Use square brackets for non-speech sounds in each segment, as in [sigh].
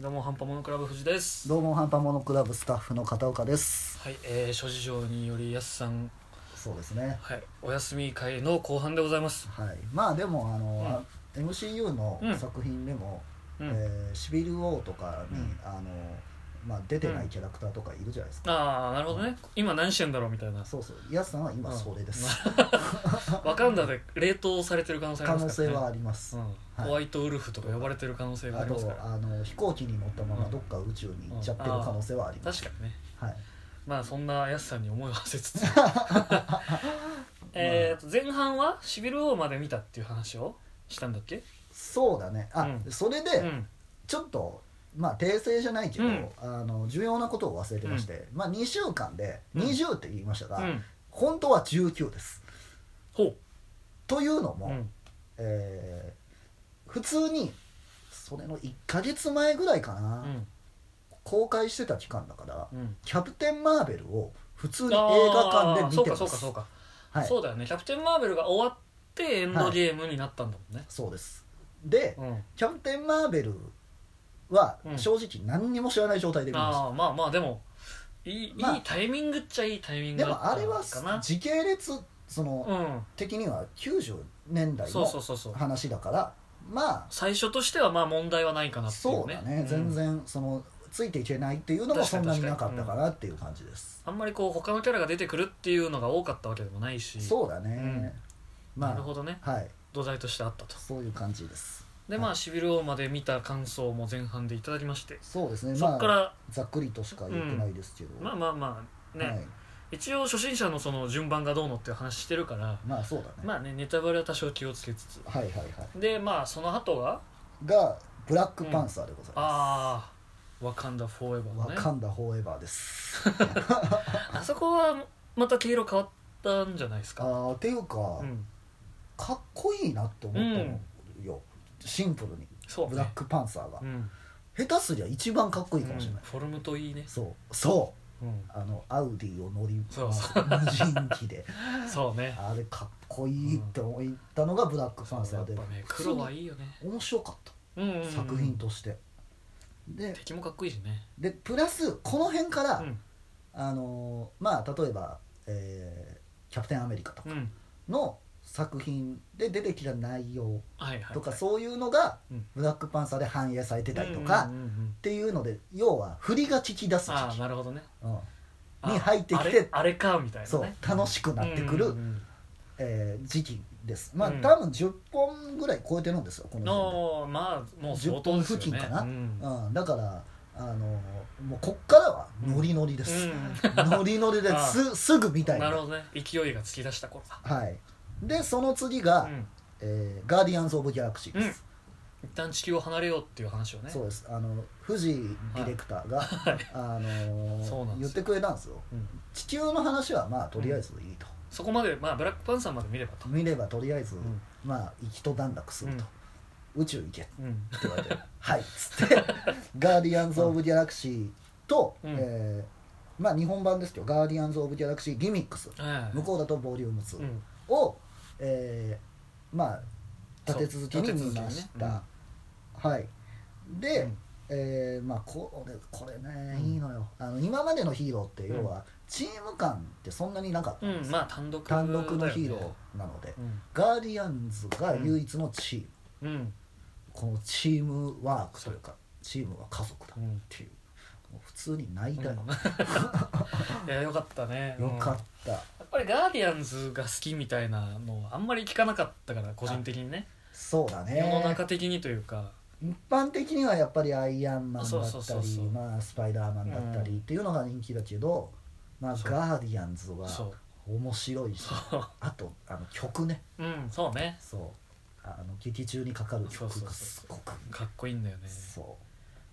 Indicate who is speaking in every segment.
Speaker 1: どうもハンパモノクラブ藤です
Speaker 2: どうもハンパモノクラブスタッフの片岡です
Speaker 1: はい、えー、諸事情によりやすさん
Speaker 2: そうですね
Speaker 1: はいお休み会の後半でございます
Speaker 2: はいまあでもあの、あ MCU の
Speaker 1: うん
Speaker 2: 作品でも、
Speaker 1: うん、
Speaker 2: えーシビル王とかに、
Speaker 1: うん
Speaker 2: あのまあ、出てないキャラクターとかいるじゃないですか、
Speaker 1: ああなるほどね今何してんだろうみたい
Speaker 2: [laughs]
Speaker 1: な
Speaker 2: そうそうヤスさんは今それです、
Speaker 1: わかんだで冷凍されてる可能性あり
Speaker 2: 可
Speaker 1: ま
Speaker 2: 能
Speaker 1: すか
Speaker 2: 性
Speaker 1: ら、ね、
Speaker 2: はあります、
Speaker 1: うん、
Speaker 2: はい
Speaker 1: ホワイトウルフとか呼ばれてる可能性があ
Speaker 2: あ
Speaker 1: りますか
Speaker 2: と
Speaker 1: ら
Speaker 2: あの飛行機に乗ったま
Speaker 1: う
Speaker 2: ま
Speaker 1: ん
Speaker 2: どっか宇宙に行っちゃってる可能性はあります、
Speaker 1: 確かにね
Speaker 2: はい、
Speaker 1: まあそんなやすさんに思いを馳せつ [laughs]
Speaker 2: [laughs]
Speaker 1: つえーと前半はシビル王まで見たっていう話をしたんだっけ
Speaker 2: そうだねあ、
Speaker 1: うん
Speaker 2: それで、
Speaker 1: うん
Speaker 2: ちょっとまあ訂正じゃないけど、
Speaker 1: うん
Speaker 2: あの重要なことを忘れてまして、まあ2週間で
Speaker 1: うん
Speaker 2: 20って言いましたが、
Speaker 1: うん
Speaker 2: 本当は19です。
Speaker 1: ほう
Speaker 2: というのも、
Speaker 1: うん
Speaker 2: えー普通にそれの1ヶ月前ぐらいかな、
Speaker 1: うん
Speaker 2: 公開してた期間だから
Speaker 1: うん
Speaker 2: 「キャプテン・マーベル」を普通に映
Speaker 1: あー
Speaker 2: 画館で見てます
Speaker 1: そうかそうかそうか、
Speaker 2: はい、
Speaker 1: そうだよねキャプテン・マーベルが終わってエンドゲームになったんだもんね、
Speaker 2: そうですで、
Speaker 1: うん
Speaker 2: キャプテン・マーベルは
Speaker 1: うん
Speaker 2: 正直何にも知らない状態で見ました、
Speaker 1: ああまあまあでもいい,、
Speaker 2: まあ
Speaker 1: いいタイミングっちゃいいタイミング
Speaker 2: で
Speaker 1: だっ
Speaker 2: もあ
Speaker 1: た
Speaker 2: れは
Speaker 1: かな
Speaker 2: 時系列その、的には90年
Speaker 1: うん
Speaker 2: 代
Speaker 1: そうそう
Speaker 2: の
Speaker 1: そうそう
Speaker 2: 話だからま
Speaker 1: 最初としてはまあ問題はないかな
Speaker 2: あ
Speaker 1: っていうね
Speaker 2: そうだね
Speaker 1: ん
Speaker 2: 全然そのついていけないっていうのも
Speaker 1: 確か
Speaker 2: そ
Speaker 1: に
Speaker 2: んなになかったかなっていう感じです
Speaker 1: あんまりこう他のキャラが出てくるっていうのが多かったわけでもないし
Speaker 2: そうだね
Speaker 1: な
Speaker 2: ま
Speaker 1: るほどね
Speaker 2: あはい
Speaker 1: 土台としてあったと
Speaker 2: そういう感じです
Speaker 1: でまあシビル王まで見た感想も前半でいただきまして
Speaker 2: そうですね
Speaker 1: そ
Speaker 2: ま
Speaker 1: っか
Speaker 2: あ
Speaker 1: ら
Speaker 2: ざっくりとしか言ってないですけど
Speaker 1: まあまあまあね、
Speaker 2: はい
Speaker 1: 一応初心者のその順番がどうのっていう話してるから
Speaker 2: まあそうだね
Speaker 1: まあねネタバレは多少気をつけつつ
Speaker 2: はいはいはい
Speaker 1: でまあその後が
Speaker 2: がブラックパンサーでございま
Speaker 1: ああワカンダフォーエバ
Speaker 2: す
Speaker 1: ーの
Speaker 2: わ
Speaker 1: ね
Speaker 2: かんだフォーエバーです
Speaker 1: [laughs] あそこはまた毛色変わったんじゃないです
Speaker 2: あ
Speaker 1: か
Speaker 2: ーっていうか
Speaker 1: うん
Speaker 2: かっこいいなって思ったのよシンプルに
Speaker 1: そうね
Speaker 2: ブラックパンサーが
Speaker 1: うん
Speaker 2: 下手すりゃ一番かっこいいかもしれない、
Speaker 1: うんフォルムといいね
Speaker 2: そうそう
Speaker 1: うん
Speaker 2: あのアウディを乗り
Speaker 1: そう
Speaker 2: 無人機で [laughs]
Speaker 1: そうね
Speaker 2: あれかっこいいって思ったのがブラックパンサ
Speaker 1: や
Speaker 2: ー
Speaker 1: っ
Speaker 2: で、
Speaker 1: ぱね黒はいいよね
Speaker 2: 面白かった、
Speaker 1: うんうんうん
Speaker 2: 作品としてで
Speaker 1: 敵もかっこいいしね
Speaker 2: でプラスこの辺から、
Speaker 1: うん
Speaker 2: あのーまあ例えば、えーキャプテンアメリカ」とか
Speaker 1: うん
Speaker 2: の作品で出てきた内容
Speaker 1: はいはい
Speaker 2: とか、そういうのが
Speaker 1: うん
Speaker 2: ブラックパンサーで反映されてたりとか、
Speaker 1: うんう
Speaker 2: っ
Speaker 1: んうんうん
Speaker 2: ていうので要は振りが聞き出す
Speaker 1: あ
Speaker 2: 時
Speaker 1: あ
Speaker 2: 期、
Speaker 1: なるほどね
Speaker 2: うん、
Speaker 1: あ
Speaker 2: に入ってきて
Speaker 1: あれあれかみたいなね
Speaker 2: そう楽しくなってくる、
Speaker 1: うんうん
Speaker 2: えー時期ですまあ、
Speaker 1: うん
Speaker 2: 多分10本ぐらい超えてるんですよこ
Speaker 1: うん
Speaker 2: の
Speaker 1: のまあもう
Speaker 2: 時
Speaker 1: 相
Speaker 2: 点で10
Speaker 1: 当
Speaker 2: 本
Speaker 1: です
Speaker 2: 付
Speaker 1: よ
Speaker 2: 近
Speaker 1: ね
Speaker 2: かな、
Speaker 1: う
Speaker 2: うんんだからあのもうこっからはノリノリです、 [laughs] ノリノリで
Speaker 1: ああ
Speaker 2: すすぐみ
Speaker 1: う
Speaker 2: た
Speaker 1: ん
Speaker 2: い
Speaker 1: な
Speaker 2: な
Speaker 1: るほどね勢いが突き出した頃だ
Speaker 2: はいでその次が、
Speaker 1: うん
Speaker 2: えーガーディアンズ・オブ・ギャラクシー」です、
Speaker 1: 一旦地球を離れようっていう話をね
Speaker 2: そうですあの藤井ディレクターが、あの
Speaker 1: そうなんですよ
Speaker 2: 言ってくれたんですよ
Speaker 1: うん
Speaker 2: 地球の話はまあとりあえずいいと、
Speaker 1: そこまで、まあ、ブラックパンサーまで見ればと、
Speaker 2: 見ればとりあえず、
Speaker 1: ん
Speaker 2: まあ行きと段落すると、宇宙行け
Speaker 1: うん、
Speaker 2: って言われて「 [laughs] はい」っつって「ガーディアンズ・オブ・ギャラクシーと」
Speaker 1: うん
Speaker 2: えーまあ日本版ですけど「ガーディアンズ・オブ・ギャラクシー・ギミックス」
Speaker 1: ええ
Speaker 2: 向こうだとボリューム
Speaker 1: う
Speaker 2: 2
Speaker 1: ん
Speaker 2: を、えーまあ立て続けに
Speaker 1: そう
Speaker 2: 見ま
Speaker 1: 立
Speaker 2: し
Speaker 1: て続け
Speaker 2: た、
Speaker 1: にね
Speaker 2: はいで、
Speaker 1: うん
Speaker 2: えーまあこれこれね
Speaker 1: うん
Speaker 2: いいのよあの今までのヒーローって
Speaker 1: うん
Speaker 2: 要はチーム感ってそんなになかったん
Speaker 1: う
Speaker 2: で
Speaker 1: ん
Speaker 2: すよ、
Speaker 1: まあ単独だよね、
Speaker 2: 単独のヒーローなので、
Speaker 1: うん、
Speaker 2: ガーディアンズが唯一のチーム、
Speaker 1: うん
Speaker 2: このチームワークというかチームは家族だ
Speaker 1: うん
Speaker 2: っていう、もう普通に泣いたよ、
Speaker 1: [laughs] いやよかったね
Speaker 2: よか
Speaker 1: うん
Speaker 2: った、
Speaker 1: やっぱりガーディアンズが好きみたいなのあんまり聞かなかったから個人的にね、
Speaker 2: そうだ
Speaker 1: 世の
Speaker 2: ね
Speaker 1: 中的にというか
Speaker 2: 一般的にはやっぱりアイアンマンだ
Speaker 1: そ
Speaker 2: っ
Speaker 1: う
Speaker 2: た
Speaker 1: そうそう
Speaker 2: り
Speaker 1: そう
Speaker 2: まあスパイダーマンだったりっていうのが人気だけど、まあ
Speaker 1: そう
Speaker 2: ガーディアンズは
Speaker 1: そ
Speaker 2: 面白いし
Speaker 1: そう
Speaker 2: あとあの曲ね
Speaker 1: [laughs] ううんそうね
Speaker 2: そうあの劇中にかかる曲
Speaker 1: そうそうそう
Speaker 2: がすごく
Speaker 1: かっこいいんだよね
Speaker 2: そう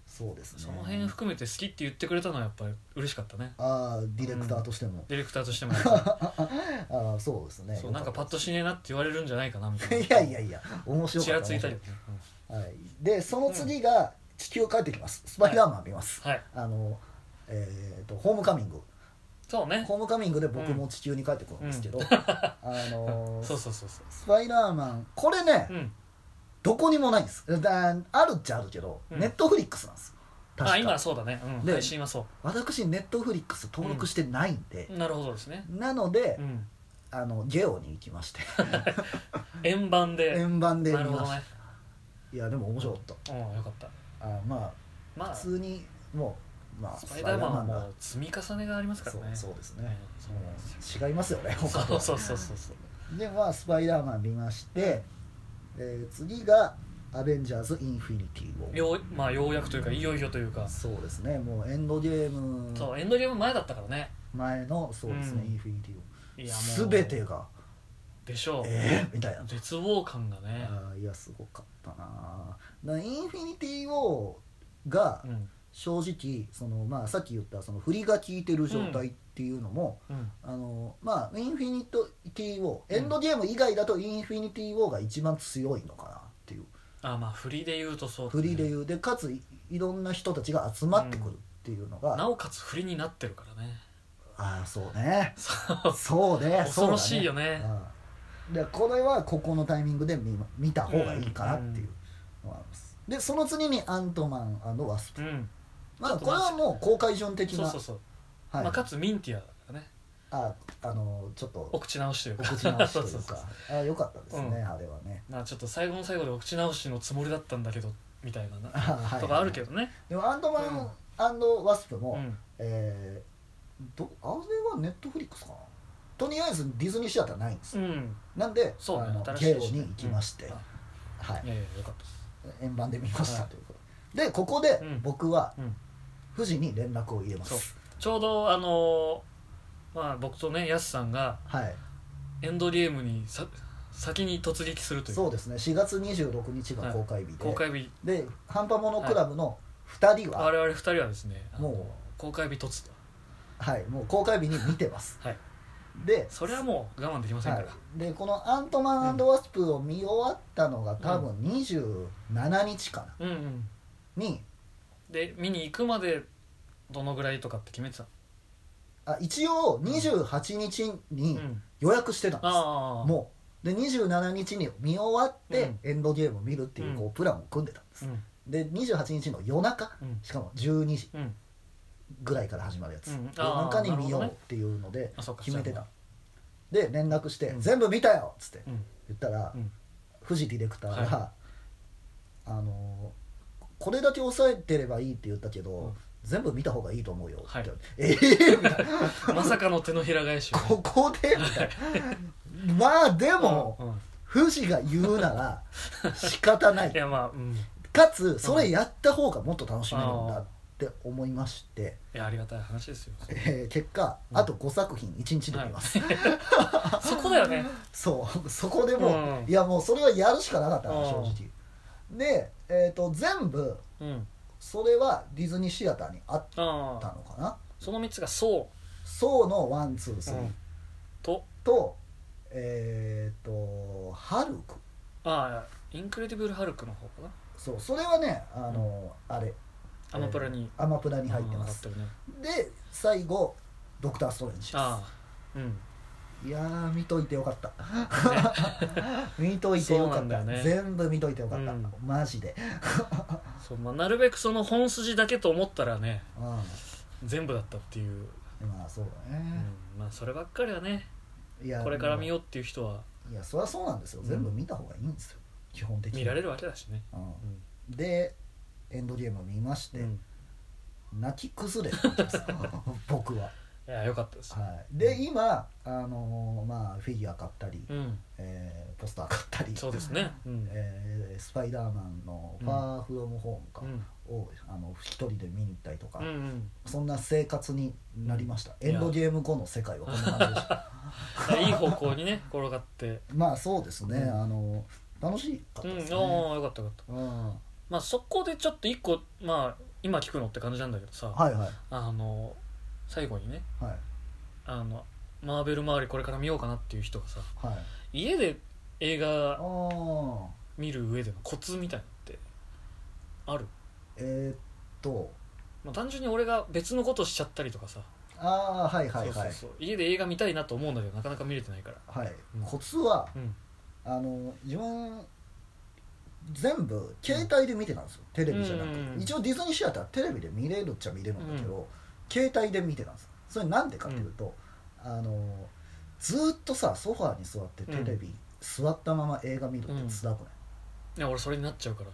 Speaker 2: そうですね
Speaker 1: その辺含めて好きって言ってくれたのはやっぱり嬉しかったね
Speaker 2: ああディレクターとしても、
Speaker 1: ディレクターとしてもやっぱ
Speaker 2: ああそうですね
Speaker 1: りそうなんかパッとし [laughs] ねえなって言われるんじゃないかなみたい
Speaker 2: [laughs] い
Speaker 1: な
Speaker 2: やいやいや面白
Speaker 1: ち
Speaker 2: かっ
Speaker 1: ら
Speaker 2: た
Speaker 1: ついたり、
Speaker 2: はい、でその次が地球帰ってきます、スパイダーマン見ます、
Speaker 1: はい
Speaker 2: あのえー、とホームカミング
Speaker 1: そうね
Speaker 2: ホームカミングで僕も地球に帰ってくるんですけど、あ
Speaker 1: [laughs]
Speaker 2: のー
Speaker 1: そうそうそうそう
Speaker 2: スパイダーマンこれね、
Speaker 1: うん
Speaker 2: どこにもないんですだあるっちゃあるけど、
Speaker 1: うん
Speaker 2: ネットフリックスなんですよ確か
Speaker 1: あ今はそうだね、うん、
Speaker 2: で
Speaker 1: 配信はそ
Speaker 2: 私ネットフリックス登録してないんで
Speaker 1: う、なるほどですね、
Speaker 2: なので、
Speaker 1: うん、
Speaker 2: あのゲオに行き
Speaker 1: [laughs]
Speaker 2: まして
Speaker 1: 円盤で
Speaker 2: 円盤で見
Speaker 1: なるほ
Speaker 2: ま
Speaker 1: ど
Speaker 2: した、
Speaker 1: ね
Speaker 2: いやでも面白かっ
Speaker 1: うんよかった
Speaker 2: たあま
Speaker 1: ま
Speaker 2: あ
Speaker 1: あ
Speaker 2: 普通にもうまあ
Speaker 1: スパイダーマンは
Speaker 2: が
Speaker 1: もう積み重ねがありますから
Speaker 2: そう
Speaker 1: ね
Speaker 2: そうです
Speaker 1: うん
Speaker 2: ね、
Speaker 1: そうなんですよ
Speaker 2: もう違いま
Speaker 1: [laughs]
Speaker 2: すよね他とは
Speaker 1: そうそうそうそう
Speaker 2: でまあスパイダーマン見まして、えー次が「アベンジャーズ・インフィニティウォー」
Speaker 1: ようまあようやくというかいよいよというか
Speaker 2: そうですねもうエンドゲーム
Speaker 1: そうエンドゲーム前だったからね
Speaker 2: 前のそうですね、
Speaker 1: うん
Speaker 2: インフィニティ
Speaker 1: いやも
Speaker 2: ウォ
Speaker 1: う
Speaker 2: ー全てが
Speaker 1: でしょう、
Speaker 2: えー、みたいな
Speaker 1: 絶望感がね
Speaker 2: あーいやすごかったなだからインフィニティウォーが
Speaker 1: うん
Speaker 2: 正直その、まあ、さっき言ったその振りが効いてる状態っていうのも、
Speaker 1: うん
Speaker 2: あのまあ、インフィニティウォーエンドゲーム以外だとインフィニティウォーが一番強いのかなっていう
Speaker 1: あまあ振りで言うとそうだ
Speaker 2: 振
Speaker 1: ね
Speaker 2: りで言うでかついいろんな人たちが集まってくるっていうのが、
Speaker 1: なおかつ振りになってるからね
Speaker 2: ああそうね
Speaker 1: そう
Speaker 2: そうね
Speaker 1: 恐ろしいよ
Speaker 2: そう
Speaker 1: ね
Speaker 2: だね、うん、でこれはここのタイミングで見ま見た方がいいかなっていうのがあります、でその次にアントマンワスプ、
Speaker 1: うん
Speaker 2: まあ、これはもう公開順的
Speaker 1: そう
Speaker 2: な
Speaker 1: そうそう、
Speaker 2: はい
Speaker 1: まあ、かつミンティアだからね
Speaker 2: ああのちょっと
Speaker 1: お口直しという
Speaker 2: お
Speaker 1: か
Speaker 2: 口直しと
Speaker 1: [laughs] そう
Speaker 2: い
Speaker 1: うそう
Speaker 2: か
Speaker 1: そう
Speaker 2: あよかったですね、
Speaker 1: う
Speaker 2: あれはね
Speaker 1: まあちょっと最後の最後でお口直しのつもりだったんだけどみたいなな
Speaker 2: あはい
Speaker 1: とかあるけどね、
Speaker 2: でもアントマンワスプも、
Speaker 1: うん、
Speaker 2: えーどあれはネットフリックスかなとりあえずディズニーシアターないんですよ、
Speaker 1: うん、
Speaker 2: なんで
Speaker 1: そうね
Speaker 2: あの
Speaker 1: 新しい
Speaker 2: ゲオ
Speaker 1: ですね
Speaker 2: に行きまして、
Speaker 1: うんあ
Speaker 2: はい
Speaker 1: いやいやよかったです
Speaker 2: 円盤で見ました
Speaker 1: はい
Speaker 2: ということで、でここで
Speaker 1: うん
Speaker 2: 僕は
Speaker 1: うん
Speaker 2: 富士に連絡を入れます、
Speaker 1: ちょうどあのーまあ僕とねやすさんが
Speaker 2: はい
Speaker 1: エンドゲームにさ先に突撃するという
Speaker 2: そうですね4月26日が公開日で、
Speaker 1: 公開日
Speaker 2: で半端ものクラブの2人は、
Speaker 1: 我々二人はですねあの
Speaker 2: も
Speaker 1: 公開日突と
Speaker 2: はいもう公開日に見てます、
Speaker 1: はい
Speaker 2: で
Speaker 1: それはもう我慢できませんから、
Speaker 2: はい、でこの「アントマンワスプ」を見終わったのが多分27日かな、
Speaker 1: うんうん
Speaker 2: に
Speaker 1: で見に行くまでどのぐらいとかって決めてた
Speaker 2: あ一応28日
Speaker 1: う
Speaker 2: に
Speaker 1: ん
Speaker 2: 予約してたんです、
Speaker 1: ああ
Speaker 2: もうで27日に見終わって、エンドゲームを見るっていうこうプランを組んでたんです、
Speaker 1: うん
Speaker 2: で28日の夜中
Speaker 1: うん
Speaker 2: しかも12時
Speaker 1: うん
Speaker 2: ぐらいから始まるやつ、
Speaker 1: うん
Speaker 2: 夜中に
Speaker 1: あー
Speaker 2: 見よう
Speaker 1: な
Speaker 2: っ
Speaker 1: るほどね
Speaker 2: ていうので
Speaker 1: あそうか
Speaker 2: 決めてた
Speaker 1: そ
Speaker 2: で連絡して「
Speaker 1: うん
Speaker 2: 全部見たよ!」っつって
Speaker 1: ううん
Speaker 2: 言ったら、
Speaker 1: うん
Speaker 2: 藤ディレクターが「
Speaker 1: は
Speaker 2: あのーこれだけ抑えてればいい」って言ったけど、
Speaker 1: うん
Speaker 2: 全部見た方がいいと思うよっ
Speaker 1: [laughs]
Speaker 2: て、
Speaker 1: はい
Speaker 2: ええみたいな
Speaker 1: まさかの手のひら返しをね
Speaker 2: ここでみたいなまあでも、
Speaker 1: うんうん
Speaker 2: 富士が言うなら仕方ない
Speaker 1: いやまあうんい
Speaker 2: かつそれやった方がもっと楽しめるんだって思いまして、
Speaker 1: やありがたい話ですよ
Speaker 2: えー結果
Speaker 1: うん
Speaker 2: あと5作品1日で見ます、
Speaker 1: はいそこだよね
Speaker 2: [laughs] そう [laughs] そこでもう、
Speaker 1: うん
Speaker 2: いやもうそれはやるしかなかったな
Speaker 1: うん
Speaker 2: 正直で、えー、と全部
Speaker 1: うん
Speaker 2: それはディズニーシアターにあっ
Speaker 1: あ
Speaker 2: た
Speaker 1: あ
Speaker 2: のかな
Speaker 1: その3つが「そ
Speaker 2: 「ソーのワンツース
Speaker 1: う」
Speaker 2: リー
Speaker 1: と
Speaker 2: とえっ、と「ハルク」
Speaker 1: 「ああインクレディブル・ハルク」の方かな
Speaker 2: そうそれはねあの、あれ
Speaker 1: アマプラに
Speaker 2: アマプラに入ってます、
Speaker 1: うん上がって
Speaker 2: で最後「ドクター・ストレンジです」
Speaker 1: るねああうん
Speaker 2: いやー見といてよかった [laughs] 見といてよか
Speaker 1: そうな
Speaker 2: っ
Speaker 1: んだ
Speaker 2: た、
Speaker 1: よね
Speaker 2: 全部見といてよかった、
Speaker 1: うん
Speaker 2: マジで、
Speaker 1: そうまあ、なるべくその本筋だけと思ったらね
Speaker 2: うん、
Speaker 1: 全部だったっていう、
Speaker 2: まあそうだ
Speaker 1: う
Speaker 2: ね、
Speaker 1: んまあそればっかりはね
Speaker 2: いや
Speaker 1: これから見
Speaker 2: よ
Speaker 1: ようっていう人は
Speaker 2: ういやそりゃそうなんですよ
Speaker 1: うん
Speaker 2: 全部見た方がいいんですよ、基本的に
Speaker 1: 見られるわけだしね、
Speaker 2: うん
Speaker 1: うん
Speaker 2: でエンドゲーム見まして、
Speaker 1: うん
Speaker 2: 泣き崩れたんです
Speaker 1: [laughs]
Speaker 2: よ僕は、
Speaker 1: いやよかったです、
Speaker 2: はい、で今、あのーまあ、フィギュア買ったり、
Speaker 1: うん、
Speaker 2: えーポスター買ったり
Speaker 1: そうですね、うん
Speaker 2: [laughs] えースパイダーマンの「ファーフロムホームか」
Speaker 1: うん
Speaker 2: をあの一人で見に行ったりとか、
Speaker 1: うんうん
Speaker 2: そんな生活になりました、
Speaker 1: うん
Speaker 2: エンドゲーム後の世界はこんな感じでし
Speaker 1: [laughs]
Speaker 2: た
Speaker 1: いい方向にね転が
Speaker 2: [laughs]
Speaker 1: って
Speaker 2: まあそうですね、
Speaker 1: うん
Speaker 2: あの楽しかっ
Speaker 1: う
Speaker 2: た
Speaker 1: ん
Speaker 2: ですね、
Speaker 1: おーよかったよかった
Speaker 2: うんは
Speaker 1: まあそこでちょっと一個まあ今聞くのって感じなんだけどさ、
Speaker 2: いはいはい
Speaker 1: あの最後にねあのマーベル周りこれから見ようかなっていう人がさ
Speaker 2: はい
Speaker 1: 家で映
Speaker 2: あ
Speaker 1: 画
Speaker 2: あ
Speaker 1: 見る上でのコツみたいのってある、
Speaker 2: えーっと
Speaker 1: まあ、単純に俺が別のことしちゃったりとかさ、
Speaker 2: ああはいはいはい
Speaker 1: そうそうそう家で映画見たいなと思うんだけどなかなか見れてないから
Speaker 2: はい、
Speaker 1: うん
Speaker 2: コツは
Speaker 1: うん
Speaker 2: あの自分全部携帯で見てたんですよ、テレビじゃなくて、
Speaker 1: うん
Speaker 2: 一応ディズニーシアターテレビで見れるっちゃ見れるんだけど、携帯で見てたんですそれなんでかっていうと、あのずーっとさソファーに座ってテレビ、座ったまま映画見るってつらくない、
Speaker 1: いや俺それになっちゃうから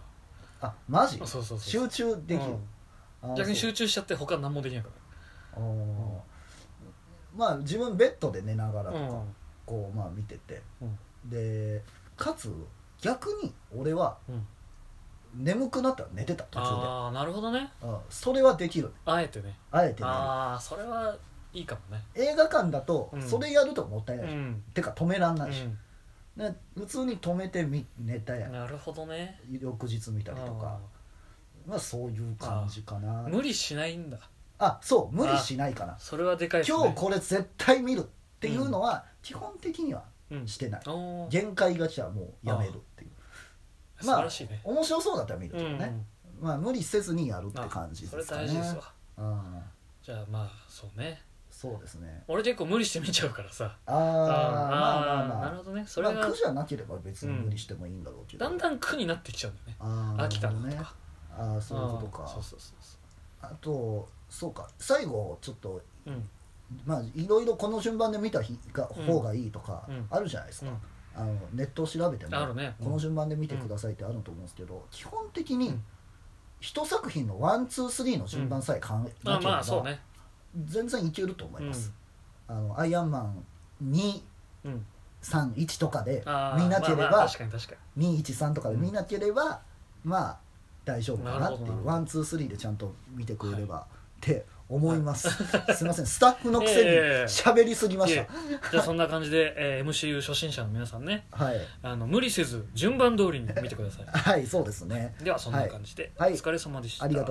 Speaker 2: あマジ
Speaker 1: あそうそうそう
Speaker 2: 集中できる、あー
Speaker 1: 逆に
Speaker 2: そう
Speaker 1: 集中しちゃって他何もできないか
Speaker 2: あーまあ自分ベッドで寝ながら
Speaker 1: ら
Speaker 2: と
Speaker 1: う
Speaker 2: か、
Speaker 1: ん
Speaker 2: こうまあ見てて、
Speaker 1: うん
Speaker 2: でかつ逆に俺は
Speaker 1: うん
Speaker 2: 眠くなったら寝てた途中で
Speaker 1: ああなるほどね
Speaker 2: うんそれはできる
Speaker 1: あえてね
Speaker 2: あえて寝る
Speaker 1: ああそれはいいかもね
Speaker 2: 映画館だと
Speaker 1: うん
Speaker 2: それやるともったいうない、
Speaker 1: ん
Speaker 2: てか止めらん
Speaker 1: う
Speaker 2: ないし、
Speaker 1: ん
Speaker 2: ね普通に止めてみ寝たやん
Speaker 1: なるほどね
Speaker 2: 翌日見たりとかまあそういう感じか
Speaker 1: あ
Speaker 2: な
Speaker 1: ー無理しないんだ
Speaker 2: あそう無理しないかな
Speaker 1: それはでかいですね
Speaker 2: 今日これ絶対見るっていうのは基本的には
Speaker 1: うん
Speaker 2: してない、
Speaker 1: おー
Speaker 2: 限界が来たらもうやめるっていう
Speaker 1: 素
Speaker 2: まあ
Speaker 1: 晴らしいね
Speaker 2: 面白そうだったら見る
Speaker 1: う
Speaker 2: けどね、
Speaker 1: ん
Speaker 2: まあ無理せずにやるって
Speaker 1: あ
Speaker 2: 感じ
Speaker 1: そ
Speaker 2: で
Speaker 1: れ
Speaker 2: すかね
Speaker 1: 大事ですわ
Speaker 2: うん、
Speaker 1: じゃあまあそうね
Speaker 2: そうですね
Speaker 1: 俺結構無理して見ちゃうからさ
Speaker 2: あーま
Speaker 1: ー
Speaker 2: あまあま
Speaker 1: なる
Speaker 2: あ
Speaker 1: ほどねそれ
Speaker 2: まあ、
Speaker 1: が
Speaker 2: 苦じゃなければ別に無理してもいいんだろうけど、
Speaker 1: だんだん苦になってきちゃうんだよね
Speaker 2: あー
Speaker 1: 飽きた
Speaker 2: な
Speaker 1: な
Speaker 2: る
Speaker 1: と
Speaker 2: ほどね
Speaker 1: か
Speaker 2: ああそういうこと
Speaker 1: ん
Speaker 2: か
Speaker 1: そうそうそうそ
Speaker 2: あとそうか最後ちょっと
Speaker 1: ううん
Speaker 2: まあいろいろこの順番で見た日が
Speaker 1: うん
Speaker 2: 方がいいとか
Speaker 1: うん
Speaker 2: あるじゃないです
Speaker 1: う
Speaker 2: か、
Speaker 1: ん
Speaker 2: あのネットを調べても
Speaker 1: あるね
Speaker 2: この順番で見てくださいってあると思うんですけど、基本的に
Speaker 1: うん
Speaker 2: 一作品のワンツースリーの順番さえ考え
Speaker 1: まあ
Speaker 2: なけれ
Speaker 1: ま
Speaker 2: ば
Speaker 1: あそうね
Speaker 2: 全然いけると思
Speaker 1: う
Speaker 2: い
Speaker 1: ん
Speaker 2: ます、あのアイアンマン2
Speaker 1: うん
Speaker 2: 3、1とかで
Speaker 1: あー
Speaker 2: 見なければ、
Speaker 1: まあまあ確かに確か
Speaker 2: 213とかで見なければ、まあ大丈夫かなってい
Speaker 1: なるほど
Speaker 2: うワンツースリーでちゃんと見てくれれば、って思います、すいませんスタッフのくせに
Speaker 1: いやいやいや
Speaker 2: 喋りすぎま
Speaker 1: にい
Speaker 2: し
Speaker 1: え
Speaker 2: た
Speaker 1: じゃあそんな感じで、えー MCU 初心者の皆さんね
Speaker 2: はい
Speaker 1: あの無理せず順番通りに見てください
Speaker 2: はいそうですね
Speaker 1: ではそんな感じで、
Speaker 2: はい
Speaker 1: お疲れ様でした、
Speaker 2: ありがとうございます